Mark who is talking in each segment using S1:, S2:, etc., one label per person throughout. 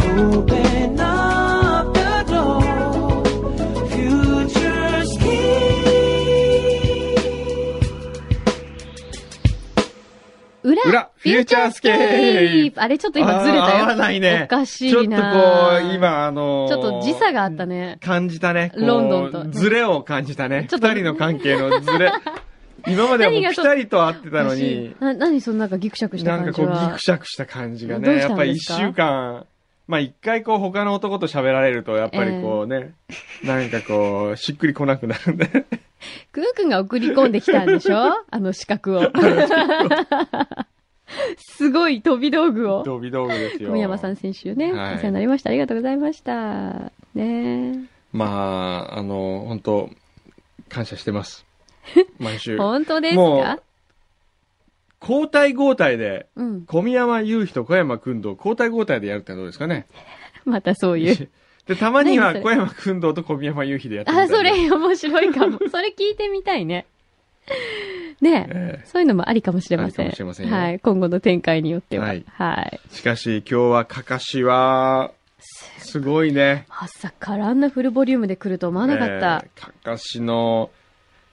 S1: Open up the door. Future's key.
S2: 裏
S3: 裏フューチャースケー
S2: プあれちょっと今ずれた
S3: あー
S2: よ。
S3: 合わないね
S2: おかし
S3: ちょっ
S2: い
S3: とこ
S2: な。
S3: う、今、あのー
S2: ちょっと時差があったね。
S3: 感じたね。こう
S2: ロンドンと
S3: ズレを感じたね。
S2: ちょっと
S3: 二人の関係 のズレ。今まではもう
S2: 何が
S3: ピ
S2: そ
S3: タリと会ってたのに、
S2: な、何そのなんかギクシャクした
S3: な
S2: 感
S3: んか
S2: じ
S3: こう
S2: は。
S3: ギクシャクした感じが
S2: どう
S3: ね。
S2: し
S3: や
S2: たん
S3: っぱり
S2: で
S3: 一
S2: すか
S3: 週間、まあ一回こう他の男と喋られると、やっぱりこう ね、なんかこう、しっくりこなくなるんで。
S2: クーくんが送り込んできたんで しょあの資格を。すごい飛び道具を。
S3: ドビドビですよ。
S2: 小山さん。先週ね、
S3: はい
S2: お世話になりました。ありがとうございました。ね
S3: まあ、あの、本当感謝して ます。毎週。
S2: 本当です
S3: も
S2: か
S3: う交代交代で、
S2: うん。
S3: 小宮山雄飛と小山君堂交代交代でやるってのはどうですかね。
S2: またそういう。
S3: で、たまには
S2: 何そ
S3: 小山君堂と小宮山雄飛でやってみた
S2: あ、
S3: い
S2: それ面白いかも。 それ聞いてみたいね。ねえ。
S3: え
S2: そういうのもありかもしれません。
S3: ありかもしれませんよ
S2: はい。今後の展開によっては。は
S3: はいい。えしかし、今日はかかしは、すごいね。
S2: 朝からあんなフルボリュームで来ると思わなかった。
S3: えーかかしの、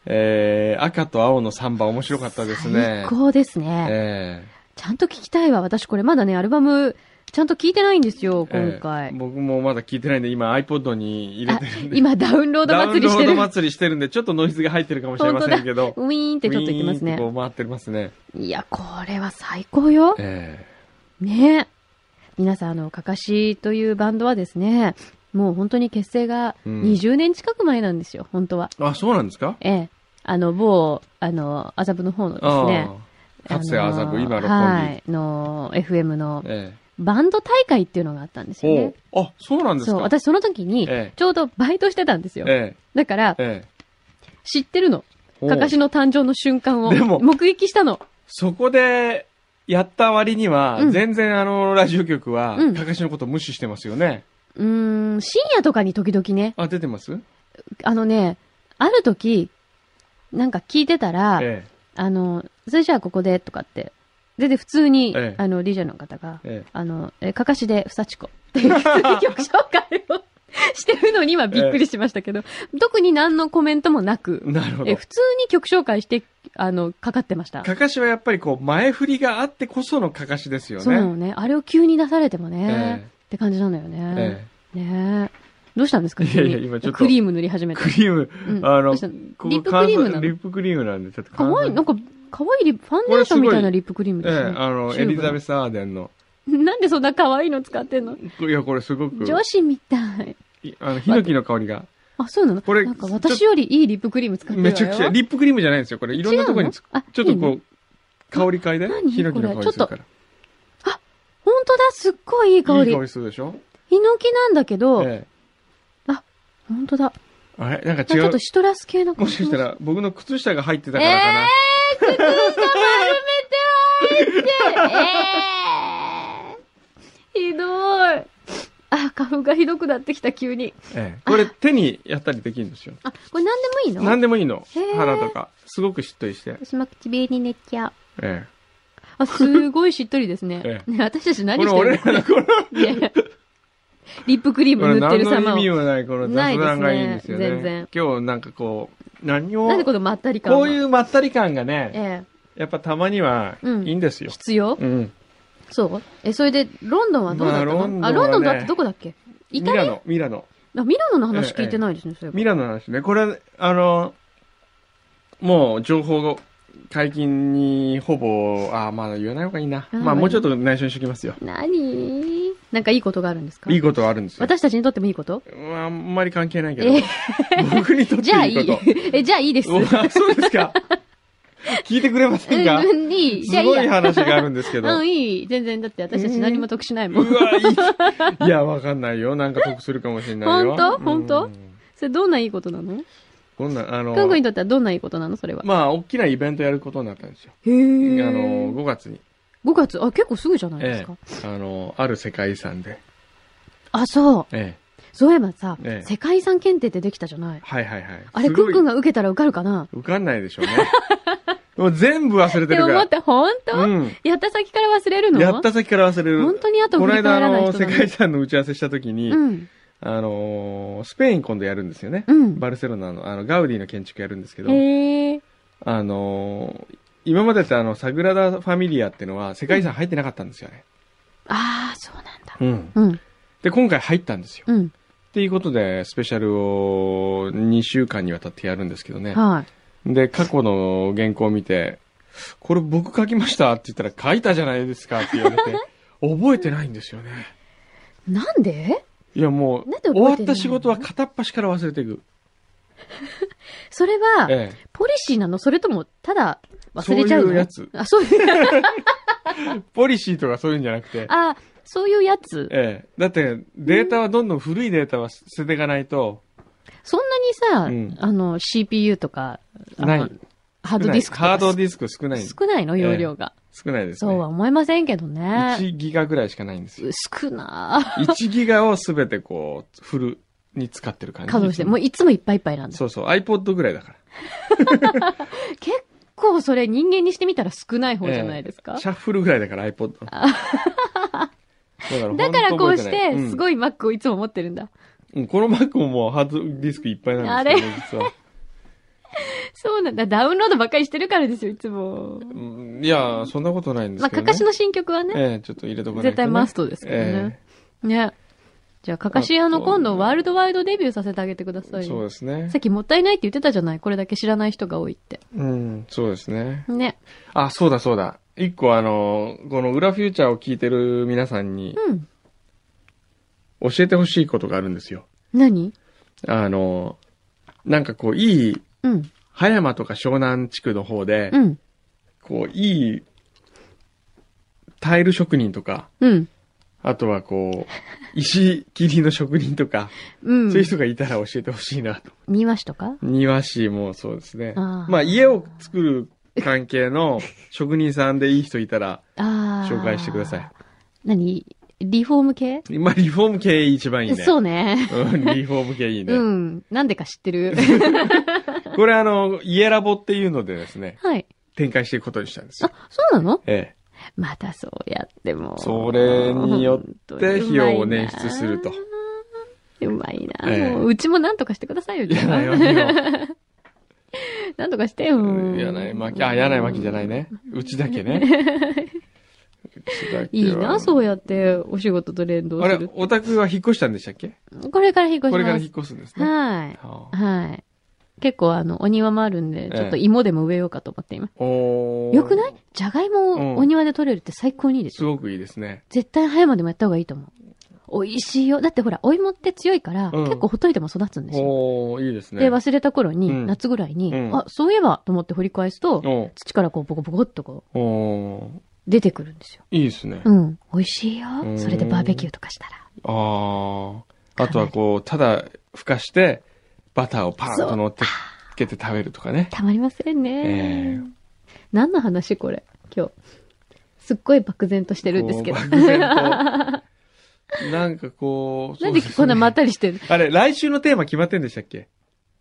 S3: えー、赤と青のサンバ面白かったですね。
S2: 最高ですね。
S3: え
S2: ちゃんと聞きたいわ。私これまだね、アルバム、ちゃんと聞いてないんですよ、
S3: ーえー
S2: 今回。
S3: 僕もまだ聞いてないんで、今 iPod に入れ
S2: あ
S3: てるんで。
S2: 今ダウンロード祭りして
S3: ダウンロード
S2: る。
S3: 祭りしてるんで、ちょっとノイズが入ってるかもしれませんけど。
S2: ウィーンってちょっといきます
S3: ウィーンって
S2: ね。
S3: こう回ってますね。
S2: いや、これは最高よ。
S3: ええ
S2: ね皆さん、あの、かかしというバンドはですね、もう本当に結成が
S3: うん
S2: 20年近く前なんですよ、本当は。
S3: あ、そうなんですか
S2: ええ。あの、某、あの、麻布の方のですね。
S3: ああ。かつて麻
S2: あの
S3: 布、
S2: ー
S3: 今六本木。
S2: はい、の、FM の
S3: え
S2: バンド大会っていうのがあったんです
S3: え
S2: よね。
S3: おあ、そうなんですか
S2: そう、私その時に
S3: ええ、
S2: ちょうどバイトしてたんですよ。
S3: え
S2: だから
S3: え、、え
S2: 知ってるの。
S3: え。
S2: かかし
S3: お
S2: の誕生の瞬間を
S3: でも
S2: 目撃したの。
S3: そこで、やった割には、
S2: うん
S3: 全然あの、ラジオ局は
S2: うん、
S3: かかしのこと無視してますよね。
S2: うーん、深夜とかに時々ね、
S3: あ、出てます
S2: あのね、ある時、なんか聞いてたら、
S3: え
S2: あの、それじゃあここでとかって。で、で、普通に、
S3: ええ
S2: あの、DJ の方が
S3: え、、え
S2: あの、えかかしで、ふさちこっていう普通 に曲紹介をしてるのに今びっくりしましたけど、特に何のコメントもなく
S3: え。、なるほ
S2: え
S3: ど。
S2: 普通に曲紹介して、あの、かかってました。
S3: かかしはやっぱりこう、前振りがあってこそのかかしですよね。
S2: そうなのね。あれを急に出されてもね、
S3: ええ
S2: って感じなのよね
S3: え。
S2: ねえ。どうしたんですか急に
S3: いやいや今ちょっと
S2: クリーム塗り始め
S3: え
S2: た。
S3: クリーム、
S2: うん
S3: あ
S2: ど
S3: の
S2: うしたの
S3: ここ
S2: リップクリームな
S3: 乾燥
S2: の
S3: リップクリームなんで、ちょっと
S2: か
S3: 乾燥
S2: わいい、なんか、かわいいリップ、ファンデーションみたいなリップクリームです
S3: え
S2: ね
S3: え、。あの、
S2: チュ
S3: エ
S2: ーブ
S3: リザベス・アーデンの。
S2: なんでそんな可愛いの使ってんの
S3: いや、これすごく、
S2: 女子みたい。
S3: いあの、ヒノキの香りが。
S2: あ、そうなの
S3: これ
S2: なんか私よりいいリップクリーム使ってるわ
S3: め
S2: よ
S3: ちゃくちゃ、リップクリームじゃないんですよ。これ、いろんなところにつく。
S2: 違うのあ
S3: ちょっと
S2: いいの
S3: こう、香り嗅いで
S2: 何、
S3: ヒノキの香りするから。
S2: 本当だ、すっごいいい香
S3: い
S2: り
S3: い香。りするでしょ
S2: ヒノキなんだけど、
S3: ええ。
S2: 本当だ。
S3: あれなんか
S2: ち
S3: 違
S2: ょっ
S3: う
S2: と。シトラス系の香り
S3: もしかしたら、僕の靴下が入ってたからかな。
S2: えー、ひどい。あ、花粉がひどくなってきた、急に。
S3: ええこれ、手にやったりできるんですよ。
S2: あ、これ何でもいいの
S3: 何でもいいの
S2: へえ。
S3: 腹とか。すごくしっとりして。
S2: 私も唇に寝ちゃう。
S3: え
S2: あ、すごいしっとりですね。
S3: え
S2: ね私たち
S3: え。
S2: 何
S3: これ、
S2: してる
S3: 俺らの、こ
S2: の
S3: れ、
S2: いやいやリップクリー
S3: こ
S2: ム
S3: れ
S2: 塗って
S3: 何
S2: る様
S3: の
S2: を。
S3: 意味もない、この雑談がいいんですよね。
S2: ないですね全
S3: 今日、なんかこう、何を
S2: なんで、このまったり感は
S3: こういうまったり感がね、
S2: え
S3: やっぱたまには
S2: うん
S3: いいんです
S2: え、
S3: よ。
S2: 必要
S3: うん。
S2: そうえ、それで、ロンドンはどうだったの、
S3: ま
S2: あ、
S3: あ
S2: ロ
S3: ロ
S2: ンド
S3: ンド
S2: ン
S3: ンは
S2: だ
S3: ね
S2: ってどこだっけイ
S3: ミ
S2: タリ
S3: ラ
S2: ア
S3: ノ、ミラノ。
S2: あミラノの話聞いてないですね、そういえば
S3: ミラノの話ね。これ、あの、もう情報解禁にほぼ、ああ、まあ言わない方がいいな。
S2: あー
S3: まあ
S2: まあ
S3: もうちょっと内緒にしときますよ。
S2: 何なんかいいことがあるんですか
S3: いいことはあるんですよ。
S2: 私たちにとってもいいこと
S3: うんあんまり関係ないけど
S2: え。
S3: 僕にとって
S2: じゃあい
S3: いい
S2: い
S3: こと。。
S2: え、じゃあいいです。う
S3: うわそうですか。聞いてくれませんか
S2: ん、いい。じゃあ
S3: す
S2: いい
S3: ごい
S2: や。
S3: 話があるんですけど。
S2: うん、いい。全然、だって私たち何も得しないもん。
S3: うわ、いい。いや、わかんないよ。なんか得するかもしれないよ。
S2: 本当本当
S3: うん
S2: それどんないいことなの
S3: こんな、あの、
S2: くんくんにとってはどんないいことなのそれは。
S3: まあ、大きなイベントやることになったんですよ。
S2: へ
S3: あ
S2: ー
S3: の、5月に、
S2: 5月、あ、結構すぐじゃないです
S3: え
S2: か。
S3: え、あの、ある世界遺産で、
S2: あ、そう。
S3: ええ、
S2: そういえばさ、
S3: ええ
S2: 世界遺産検定ってできたじゃない
S3: はいはいはい。
S2: あれ、くんくん
S3: が
S2: が受けたら受かるかな
S3: 受かんないでしょうね。もう全部忘れて
S2: て
S3: るから。
S2: 思って、本当、
S3: うん
S2: やった先から忘れるの
S3: やった先から忘れる。
S2: 本当に後
S3: こ
S2: 振
S3: の
S2: り
S3: 間、
S2: 返
S3: あ
S2: らない
S3: の、
S2: 人な
S3: 世
S2: ん
S3: 界遺
S2: だ。
S3: 産の打ち合わせした時に、
S2: うん。
S3: あのースペイン今度やるんですよね。
S2: うん
S3: バルセロナの、あの、ガウディの建築やるんですけど、
S2: へえ。
S3: あのー今までってあの、サグラダ・ファミリアってのは世界遺産入ってなかったんですよね。
S2: ああ、そうなんだ。
S3: うん。
S2: うん。
S3: で、今回入ったんですよ。
S2: うん。
S3: っていうことで、スペシャルを2週間にわたってやるんですけどね。
S2: はい。
S3: で、過去の原稿を見て、これ僕書きましたって言ったら書いたじゃないですかって言われ て、覚えてないんですよね。
S2: なんで
S3: いやも
S2: なんで覚えて
S3: う、
S2: ないの
S3: 終わった仕事は片っ端から忘れていく。
S2: それは、
S3: え
S2: ポリシーなのそれとも、ただ、忘れちゃうの
S3: そういうやつ
S2: あ、そういう、
S3: え。ポリシーとかそういうんじゃなくて。
S2: あ、そういうやつ。
S3: ええ。だって、データはどんどん古いデータは捨てていかないと、
S2: そんな
S3: う
S2: に
S3: ん
S2: さ、あの、CPU とか、あの
S3: ない。
S2: ハードディスクとか
S3: ハードディスク少ない。
S2: 少ないの容量が。
S3: 少ないです
S2: そうは
S3: ね。
S2: 思いませんけどね。
S3: 1ギガぐらいしかないんですよ。
S2: 少な
S3: 1ギガをすべてこう、フルに使ってる感じ。
S2: 稼働して、もういつもいっぱいいっぱいなんだ。
S3: そうそう、iPod ぐらいだから。
S2: 結構それ人間にしてみたら少ない方じゃないですか
S3: ええ。シャッフルぐらいだから iPod。
S2: だからこうして、す
S3: い、
S2: ごい Mac をいつも持ってるんだ。
S3: うんこの Mac ももうハードディスクいっぱいなんですけど、ね、実は。
S2: そうなんだ。ダウンロードばっかりしてるからですよ、いつも。
S3: うんいや、そんなことないんで
S2: ますあ、
S3: けど、
S2: か
S3: ね。
S2: かしの新曲はね、
S3: ええちょっと入れとかないと、ね。
S2: 絶対マストですけどね。ね。じゃあ、かかし、
S3: あと
S2: あの、今度、ワールドワイドデビューさせてあげてくだ
S3: え
S2: さ
S3: え
S2: いよ。
S3: そうですね
S2: さ。っきもったいないって言ってたじゃないこれだけ知らない人が多いって。
S3: うん、そうですね。
S2: ね。
S3: あ、そうだそうだ。一個あの、この裏フューチャーを聞いてる皆さんに
S2: うん。
S3: 教えてほしいことがあるんですよ。
S2: 何
S3: あの、なんかこう、いい、
S2: うん。
S3: 葉山とか湘南地区の方で、
S2: うん。
S3: こう、いい、タイル職人とか、
S2: うん。
S3: あとはこ う、石切りの職人とか、
S2: うん。
S3: そういう人がいたら教えてほしいなと。
S2: 庭師とか
S3: 庭師もそうですね。
S2: あー
S3: まあ、家を作る関係の職人さんでいい人いたら、
S2: ああ。
S3: 紹介してください。
S2: 何リフォーム系
S3: まあ、リフォーム系一番いいね。
S2: そうね。
S3: うんリフォーム系いいね。
S2: うん。なんでか知って る。
S3: これあの、家ラボっていうのでですね、
S2: はい。
S3: 展開していくことにしたんですよ
S2: あ。、そうなの
S3: ええ。
S2: またそうやっても。
S3: それによっ て費用を捻出すると
S2: うまいな。うまい
S3: ええ
S2: な。もううちもなんとかしてくださいよ。
S3: いやないわけよ。
S2: なんとかしてよ。
S3: 柳巻、あ、柳巻じゃないね。うちだ けね。うちだけ
S2: いい
S3: は
S2: な、そうやってお仕事と連動
S3: あ
S2: す
S3: れ
S2: る、。
S3: お宅は引っ越したんでしたっけ
S2: これから引っ越します。
S3: これから引っ越すんですね。
S2: はい。
S3: はあ
S2: はい。結構あの、お庭もあるんで、
S3: え
S2: ちょっと芋でも植えようかと思って今。
S3: おー
S2: よくないじゃがいも
S3: うん
S2: をお庭で取れるって最高にいいです
S3: す
S2: よ。
S3: ごくいいですね。
S2: 絶対葉山でもやった方がいいと思う。美味しいよ。だってほら、お芋って強いから、
S3: うん
S2: 結構ほっといても育つんですよ。
S3: おーいいですね。
S2: で、忘れた頃に、
S3: うん
S2: 夏ぐらいに、
S3: うん
S2: あ、そういえばと思って掘り返すと、
S3: おー
S2: 土からこうボコボコっとこう
S3: おー
S2: 出てくるんですよ。
S3: いいですね。
S2: うん。美味しいよ
S3: う。ん
S2: それでバーベキューとかしたら。
S3: ああ。あとはこう、ただ、ふかして、バターをパーンと乗って、つけて食べるとかね。
S2: たまりませんね。
S3: ええ
S2: 何の話これ今日。すっごい漠然としてるんですけど
S3: こ。う漠然 となんかこう、
S2: なんでこんなま
S3: ま
S2: ったりしてるの
S3: あれ、来週のテーマ決まってんでしたっけ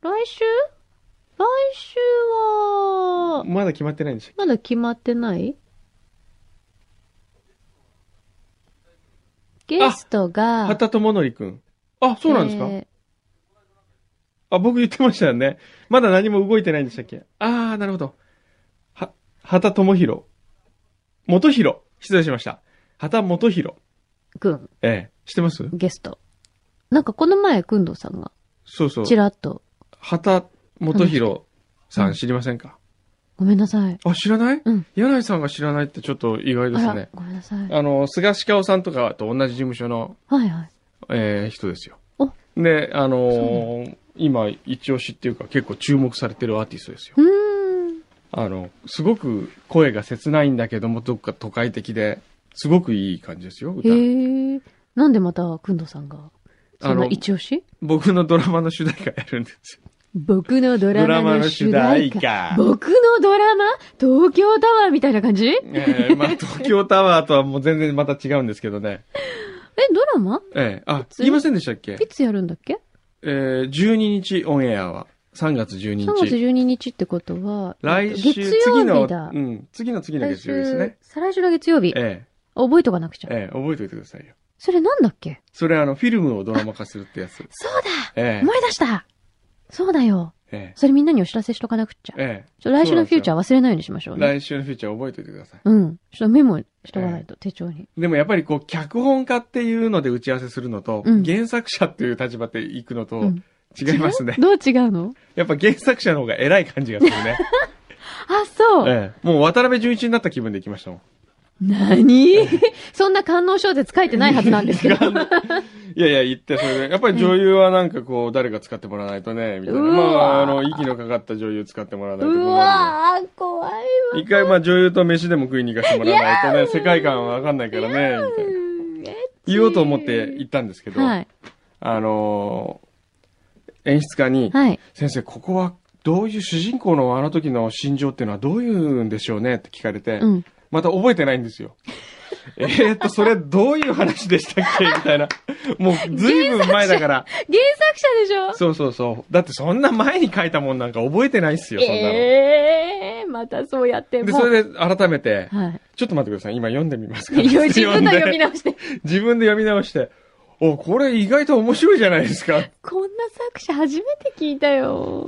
S2: 来週来週は、
S3: まだ決まってないんでしたっ
S2: まだ決まってないゲスト
S3: け
S2: が、
S3: 畑智則くん。あ、そうなんですか、
S2: え
S3: あ、僕言ってましたよね。まだ何も動いてないんでしたっけあー、なるほど。は、畑智弘。元弘。失礼しました。畑元弘。
S2: ーくん、
S3: ええ。知ってます
S2: ゲスト。なんかこの前、くんどうさんが、
S3: そうそう。
S2: ちらっと、
S3: 畑元弘さん知りませんか、
S2: ごめんなさい。
S3: あ、知らない
S2: うん。
S3: 柳井さんが知らないってちょっと意外で
S2: あ
S3: す
S2: ら、
S3: ね。
S2: ごめんなさい。
S3: あの、菅氏顔さんとかと同じ事務所の、
S2: はいはい。
S3: えー人ですよ
S2: お。
S3: で、あの
S2: そう
S3: ー今、一押しっていうか結構注目されてるアーティストですよ。
S2: うーん。
S3: あの、すごく声が切ないんだけども、どっか都会的で、すごくいい感じですよ、歌。
S2: へえ。なんでまた、くんどうさんが、そんな一押し
S3: 僕のドラマの主題歌やるんですよ。
S2: 僕のドラマの主題歌。
S3: ドラマの主題歌
S2: 僕のドラマ東京タワーみたいな感じえ、
S3: えーまあ、東京タワーとはもう全然また違うんですけどね。
S2: ドラマ
S3: ええあ、言いませんでしたっけ
S2: いつやるんだっけ
S3: えー、12日オンエアは。 3月12日。
S2: 3月12日ってことは、
S3: 来週、
S2: 月
S3: 次
S2: 曜
S3: の、
S2: 日だ
S3: う。ん、次の次の
S2: 来
S3: 月曜日です
S2: 週
S3: ね。、
S2: 再来週の月曜日。
S3: え
S2: 覚えとかなくち
S3: え、
S2: ゃ。
S3: ええ、覚えておいてくださいよ。
S2: それなんだっけ
S3: それあの、フィルムをドラマ化するってやつ。
S2: そうだ
S3: ええ
S2: 思い出したそうだよ。
S3: ええ、
S2: それみんなにお知らせしとかなくっちゃ。ちょ
S3: え
S2: っと来週のフューチャー忘れないようにしましょ
S3: え、
S2: うね。
S3: 来週のフューチャー覚えておいてください。
S2: うん。ちょっとメモしとかないと、手帳に。
S3: でもやっぱりこう、脚本家っていうので打ち合わせするのと、
S2: うん
S3: 原作者っていう立場で行くのと
S2: うん、
S3: 違いますね。
S2: どう違うの
S3: やっぱ原作者の方が偉い感じがする ね。
S2: あ、そう。
S3: ええ、もう渡辺淳一になった気分で行きましたもん。
S2: 何そんな観音小説書いてないはずなんです けど。
S3: いやいや、言って、それで。やっぱり女優はなんかこう、誰か使ってもらわないとね、みたいな。
S2: うわ
S3: まあ、あの、息のかかった女優使ってもらわないと
S2: う
S3: 困るん
S2: わー、怖いわ。
S3: で。一回、まあ、女優と飯でも食いに行かせてもらわないとね、世界観はわかんないからね、みたいな。
S2: うんえっち
S3: 言おうと思って行ったんですけど、
S2: はい。
S3: あのー演出家に、
S2: はい。
S3: 先生、ここは、どういう主人公のあの時の心情っていうのはどういうんでしょうねって聞かれて、
S2: うん。
S3: また覚えてないんですよ。 えーっと、それどういう話でしたっけみたいな。もうずいぶん前だから。
S2: 原作者でしょ
S3: そうそうそう。だってそんな前に書いたもんなんか覚えてないっすよ、そんなの。
S2: ええー、またそうやって
S3: で、
S2: もう。
S3: それで改めて、
S2: はい。
S3: ちょっと待ってください。今読んでみますから。
S2: いや自分の 読み
S3: 直
S2: 直して。
S3: して。自分で読み直して。お、これ意外と面白いじゃないですか。
S2: こんな作者初めて聞いたよ。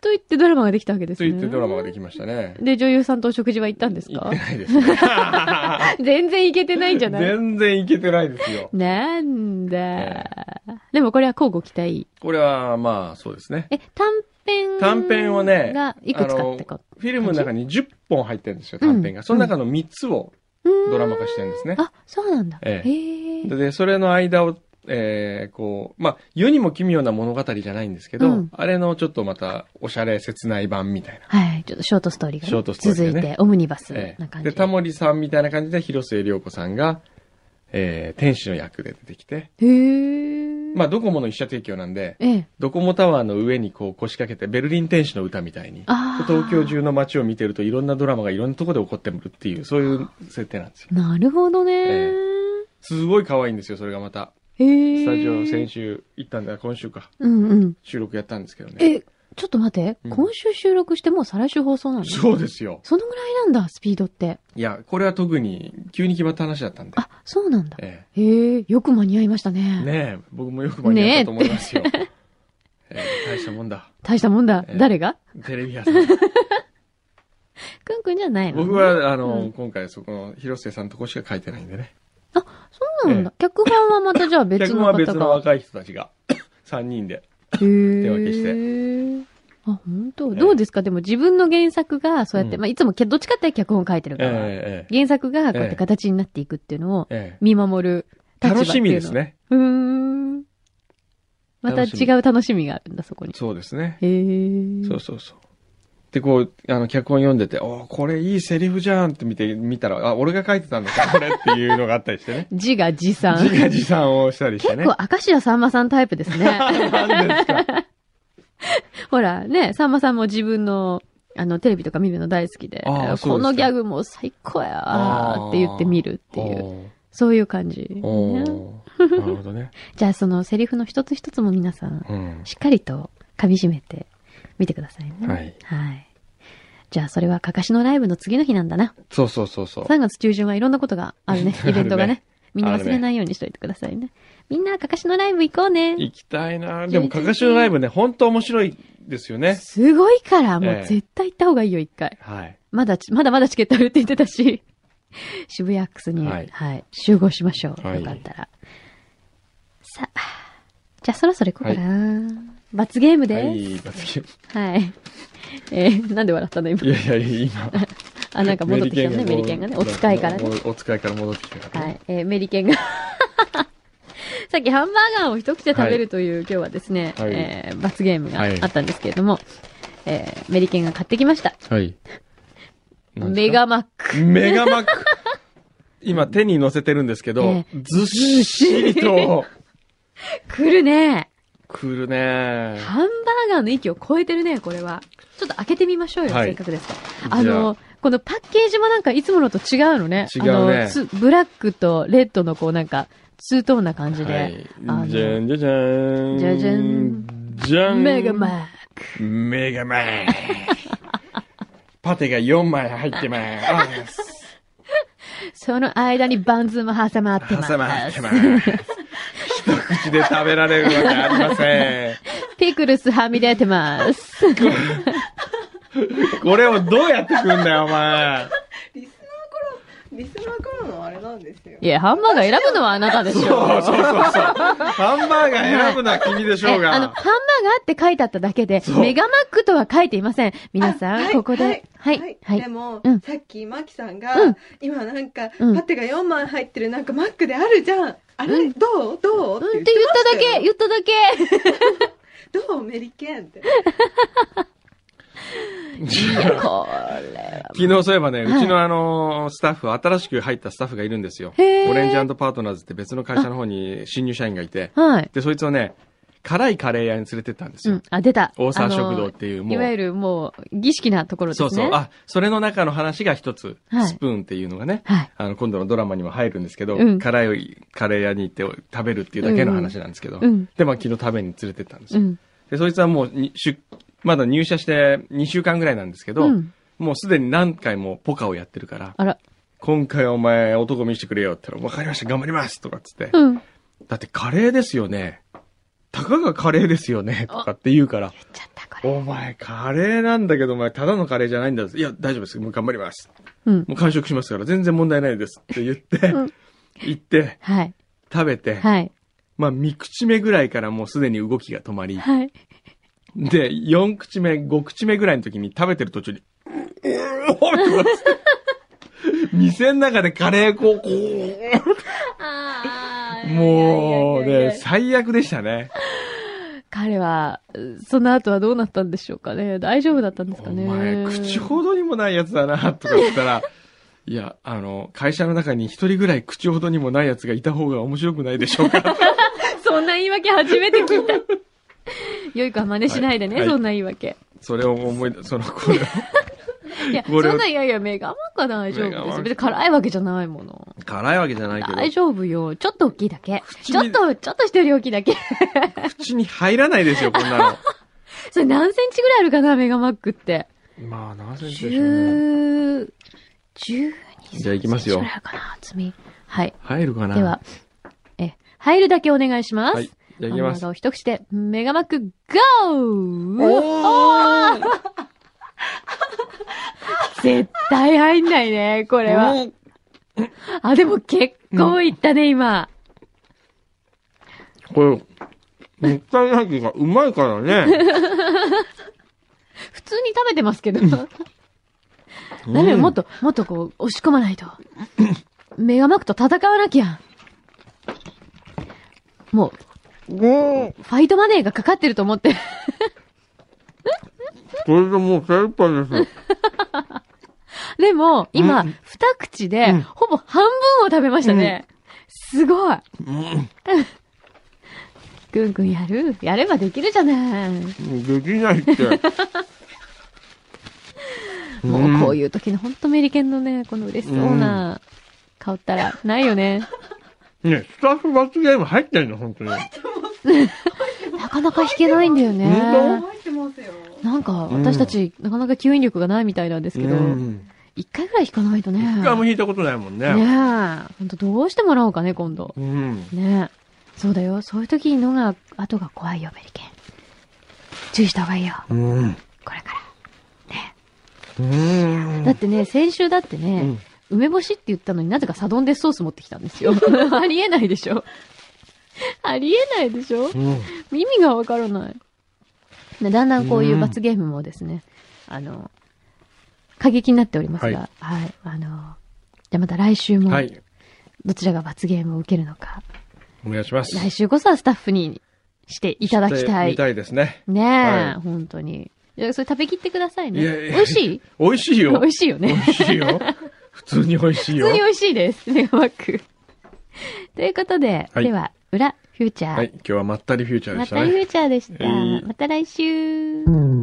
S2: と言ってドラマができたわけです
S3: と
S2: ね。
S3: 言ってドラマができましたね。
S2: で、女優さんとお食事は行ったんです
S3: 行
S2: か
S3: ってないですね。
S2: 全然行けてないんじゃない
S3: 全然いけてないですよ。
S2: なん
S3: え
S2: だ。でもこれは交互期待。
S3: これは、まあ、そうですね。
S2: え、短編
S3: 短編をね、
S2: がいくつかって
S3: あ
S2: か
S3: の。フィルムの中に10本入ってるんですよ、短編
S2: う
S3: が。
S2: ん
S3: その中の3つをド
S2: ド
S3: ラマ化してるんですね。
S2: あ、そうなんだ。
S3: ええ
S2: へえ。
S3: で、それの間を、えーこう、まあ、世にも奇妙な物語じゃないんですけど、
S2: うん
S3: あれのちょっとまた、おしゃれ切ない版みたいな。
S2: はい、ちょっとショートストーリーがね、
S3: ショートストーリーがね
S2: 続いて、オムニバス
S3: え
S2: な
S3: え
S2: 感じ。
S3: で、タモリさんみたいな感じで、広末涼子さんが、えー天使の役で出てきて、
S2: へえ。
S3: まあ、ドコモの一社提供なんで、
S2: ええ。
S3: ドコモタワーの上にこう腰掛けて、ベルリン天使の歌みたいに、
S2: あー
S3: 東京中の街を見てるといろんなドラマがいろんなとこで起こってくるっていう、そういう設定なんですよ。
S2: なるほどね。
S3: えすごい可愛いんですよ、それがまた。
S2: へえ。
S3: スタジオ先週行ったんだ、今週か。
S2: うんうん。
S3: 収録やったんですけどね。
S2: え、ちょっと待って、
S3: うん
S2: 今週収録してもう再来週放送なの
S3: そうですよ。
S2: そのぐらいなんだ、スピードって。
S3: いや、これは特に急に決まった話だったんで。
S2: あ、そうなんだ。
S3: え
S2: へえ、よく間に合いました
S3: え、
S2: ね。
S3: ねえ、僕もよく間に合ったと思いますよ。ええ大したもんだ。
S2: 大したもんだ。
S3: ええ
S2: 誰が
S3: テレ ビ屋さん。
S2: くんくんじゃないの
S3: 僕、は、あの、
S2: うん
S3: 今回そこの広末さんとこしか書いてないんでね。
S2: そうなんだ。脚本はまたじゃあ別
S3: 逆
S2: の
S3: は
S2: 方が。
S3: 別の若い人たちが、3人 で。
S2: へー
S3: 手分けして
S2: あ、本当
S3: え
S2: どうですかでも自分の原作がそうやって、
S3: うん
S2: まあいつもけどっちかって脚本書いてる
S3: え
S2: から、
S3: えええ
S2: 原作がこうやって形になっていくっていうのを
S3: ええ
S2: 見守る立場っ
S3: 楽
S2: てい
S3: し
S2: うの
S3: みです。ね。
S2: うーん。また
S3: 楽しみ
S2: 違う楽しみがあるんだ、そこに。
S3: そうですね。
S2: へー。。
S3: そうそうそう。で、こう、あの、脚本読んでて、おーこれいいセリフじゃんって見て、見たら、あ、俺が書いてたんだこれっていうのがあったりしてね
S2: 自画自賛。
S3: 自画自賛をしたりしてね。
S2: 結構、明石家さんまさんタイプですね。
S3: なんですか。
S2: ほら、ね、さんまさんも自分の、あの、テレビとか見るの大好きで、
S3: あーそう
S2: こ
S3: ですか
S2: のギャグもう最高や
S3: あ
S2: ー
S3: ー
S2: って言って見るっていう、そういう感じ。
S3: おーおーなるほどね。
S2: じゃあそのセリフの一つ一つも皆さん、
S3: うん。
S2: しっかりと噛み締めて見てくださいね。
S3: はい。
S2: はい。じゃあそれはかかしのライブの次の日なんだな。
S3: そうそうそうそう。
S2: 3月中旬はいろんなことが あるね
S3: ある、ね
S2: イベントがね。みんな
S3: あ
S2: 忘
S3: るね
S2: れないようにしといてくださいね。みんなかかしのライブ行こうね。
S3: 行きたいなでも、かかしのライブね、本当面白いですよね。
S2: すごいから、も
S3: え
S2: う
S3: え
S2: 絶対行った方がいいよ、一回。
S3: はい。
S2: まだち、まだまだチケットあるって言ってたし、 渋谷アックスに、は
S3: はいい、
S2: 集合しましょう。
S3: はい
S2: よかったら。さあ、じゃあそろそろ行こうかな。罰ゲーム
S3: は
S2: です。
S3: い、罰ゲー
S2: はい。えーなんで笑ったの今
S3: ム。。いやいや、今。
S2: あ、なんか戻ってきたよね、メリケンがね。お使いからね。
S3: おお使いから戻ってきたから
S2: は
S3: ね。
S2: い。えーメリケンが。 さっきハンバーガーを一口で食べるという、今日はですね、
S3: はい
S2: えー罰ゲームが
S3: はい
S2: あったんですけれども、えーメリケンが買ってきました。
S3: はい。なんです
S2: メ
S3: か
S2: ガマック。
S3: メガマック。今手に乗せてるんですけど
S2: え、
S3: ずっしりと、
S2: 来るね。
S3: くるね。
S2: ハンバーガーの域を超えてるね、これは。ちょっと開けてみましょうよ、
S3: はい
S2: せっかくですから。あ
S3: じゃあ
S2: の、このパッケージもなんかいつものと違うのね。
S3: 違うね
S2: あのつブラックとレッドのこうなんか、ツートーンな感じで。
S3: はい
S2: あの
S3: じゃんじゃじゃーん。
S2: じゃじゃん。
S3: じゃん
S2: メガマ
S3: メガマンパテが4枚入ってます。
S2: ーク。その間にバンズも挟まってます。
S3: 挟まってます。一口で食べられるわけありません。
S2: ピクルスはみ出てます。
S3: これをどうやって食うんだよ、お前。
S4: リスナーから、リスナーからのあれなんですよ。
S2: いや、ハンバーガー選ぶのはあなたでしょ。
S3: そうそうそうそう。ハンバーガー選ぶのは君でしょう
S2: えあの、ハンバ
S3: が
S2: ー。ガーって書いてあっただけで
S3: そ、う
S2: メガマックとは書いていません。皆さん、
S4: あはい
S2: ここで、は
S4: はいい、。
S2: はい。
S4: でも、
S2: うん
S4: さっきマキさんが、
S2: うん
S4: 今なんか、
S2: うん
S4: パテが4枚入ってるなんかマックであるじゃん。あれ、
S2: うん
S4: どうどう
S2: うんって言っただけ、
S4: 言
S2: 言っただけ。
S4: ってましたよどうメリケンって。
S2: これ
S3: 昨日そういえばね、
S2: はいう
S3: ちのあのー、スタッフ、新しく入ったスタッフがいるんですよ。
S2: へー
S3: オレンジパートナーズって別の会社の方に新入社員がいて、
S2: は。はい。
S3: で、そいつをね、辛いカレー屋に連れてったんです
S2: う
S3: よ。
S2: ん。あ、出た。
S3: 大
S2: あ
S3: 沢
S2: の
S3: 食堂っていう、もう。
S2: いわゆるもう、儀式なところです
S3: そ
S2: ね。
S3: うそう。あ、それの中の話が一つ、
S2: はい
S3: スプーンっていうのがね、
S2: はい。
S3: あの、今度のドラマにも入るんですけど、
S2: うん
S3: 辛いカレー屋に行って食べるっていうだけの話なんですけど、
S2: うん
S3: で、まあ昨日食べに連れてったんです
S2: う
S3: よ。
S2: ん。
S3: で、そいつはもうに、出まだ入社して2週間ぐらいなんですけど、
S2: うん
S3: もうすでに何回もポカをやってるから、
S2: あら。
S3: 今回お前男見せてくれよって言ったら、わかりました、頑張りますとかっつって、
S2: うん。
S3: だってカレーですよね。たかがカレーですよねとかって言うから、
S2: ちゃった、これ。
S3: お前カレーなんだけど、お前ただのカレーじゃないんだぞ。いや、大丈夫です。もう頑張ります。
S2: うん。
S3: もう完食しますから、全然問題ないですって言って、
S2: うん
S3: 行って、
S2: はい。
S3: 食べて、
S2: はい。
S3: まあ、3口目ぐらいからもうすでに動きが止まり、
S2: はい。
S3: で、4口目、5口目ぐらいの時に食べてる途中に、うおーっとかっつって店の中でカレーこう、こう、
S2: あ
S3: もうね、最悪でしたね。
S2: 彼は、その後はどうなったんでしょうかね。大丈夫だったんですか
S3: お
S2: ね。
S3: 前、口ほどにもないやつだな、とか言っ たら、いや、あの、会社の中に一人ぐらい口ほどにもないやつがいた方が面白くないでしょ うか。
S2: そんな言い訳初めて聞いた。良い子は真似しないでね、
S3: はい
S2: そんな言い訳。
S3: それを思い出、その、これを。
S2: いや、そ
S3: こ
S2: ん
S3: れを
S2: な、いやいや、メガマックは大丈
S3: メガ
S2: 夫で
S3: マ
S2: す。
S3: ック
S2: 別に辛いわけじゃないもの。
S3: 辛いわけじゃないけど。
S2: 大丈夫よ。ちょっと大きいだけ。
S3: 口
S2: ちょっ
S3: に
S2: と、ちょっと一人より大きいだけ。
S3: 口に入らないですよ、こん な
S2: それ何センチぐらいあるかな、メガマックって。
S3: の。まあ、何センチでしょうね。
S2: 十、十二
S3: じゃあ行きますよ
S2: センチぐらいあるかな、厚み。はい。
S3: 入るかな
S2: では、え、入るだけお願いします。
S3: はい。じゃあ行き
S2: ハンバ
S3: ま
S2: ー
S3: す
S2: ガー。を一口で、メガマック、ゴー
S3: おー
S2: 絶対入んないね、これは。
S3: うん
S2: あ、でも結構いったね、今。
S3: これ、もったいないけど、うまいから ね。
S2: 普通に食べてますけど。ダメよ、もっと、もっとこう、押し込まない と。メガマックと戦わなきゃ。も
S3: うん。
S2: う、ファイトマネーがかかってると思って。
S3: これでもう精一杯です。
S2: でも、今、
S3: うん
S2: 二口で、
S3: うん
S2: ほぼ半分を食べましたね。すごい。ぐんぐんやるやればできるじゃない。
S3: うん。できないって。
S2: もうこう
S3: い
S2: いう時のほんとメリケンのね、この嬉しそうな顔ったら、ないよね。
S3: うん。ね、スタッフ罰ゲーム入ってんの、本当に。
S2: なかなか弾けないんだよね。
S4: 入ってますよ。
S2: なんか、私たち、なかなか吸引力がないみたいなんですけど、
S3: うん。
S2: 一回ぐらい弾かないとね。
S3: 一回も引いたことないもん
S2: ねえ。
S3: ね。
S2: ほんとどうしてもらおうかね、今度。
S3: うん。
S2: ねえ。そうだよ。そういう時のが、後が怖いよ、メリケン。注意した方がいいよ。
S3: うん。
S2: これから。
S3: うん
S2: だってね、先週だってね、梅干しって言ったのになぜかサドンデスソース持ってきたんです よ。ありえないでしょ。ありえないでしょ
S3: うん。
S2: 意味がわからない。でだんだんこういう
S3: うん
S2: 罰ゲームもですね、あの、過激になっております
S3: は
S2: が、はい、あの、じゃあまた来週も
S3: は、い。
S2: どちらが罰ゲームを受けるのか、
S3: お願いします。
S2: 来週こそはスタッフにしていただきた
S3: 見
S2: い。
S3: たいですね。
S2: ねえ、
S3: はい
S2: 本当に。いや、それ食べきってくださいね。
S3: いやいや
S2: 美味しい
S3: 美味しいよ。
S2: 美味しいよ
S3: 美
S2: ね。
S3: 味しいよ。普通に美味しい
S2: 普
S3: よ
S2: 通に。美味しいです。メガマック。 ということで、
S3: はい
S2: では、裏、フューチャー。
S3: はい、今日はまったりフューチャーで
S2: ま
S3: した
S2: たフ
S3: ね。
S2: ューチャーでした。
S3: えー
S2: また来週。
S3: うん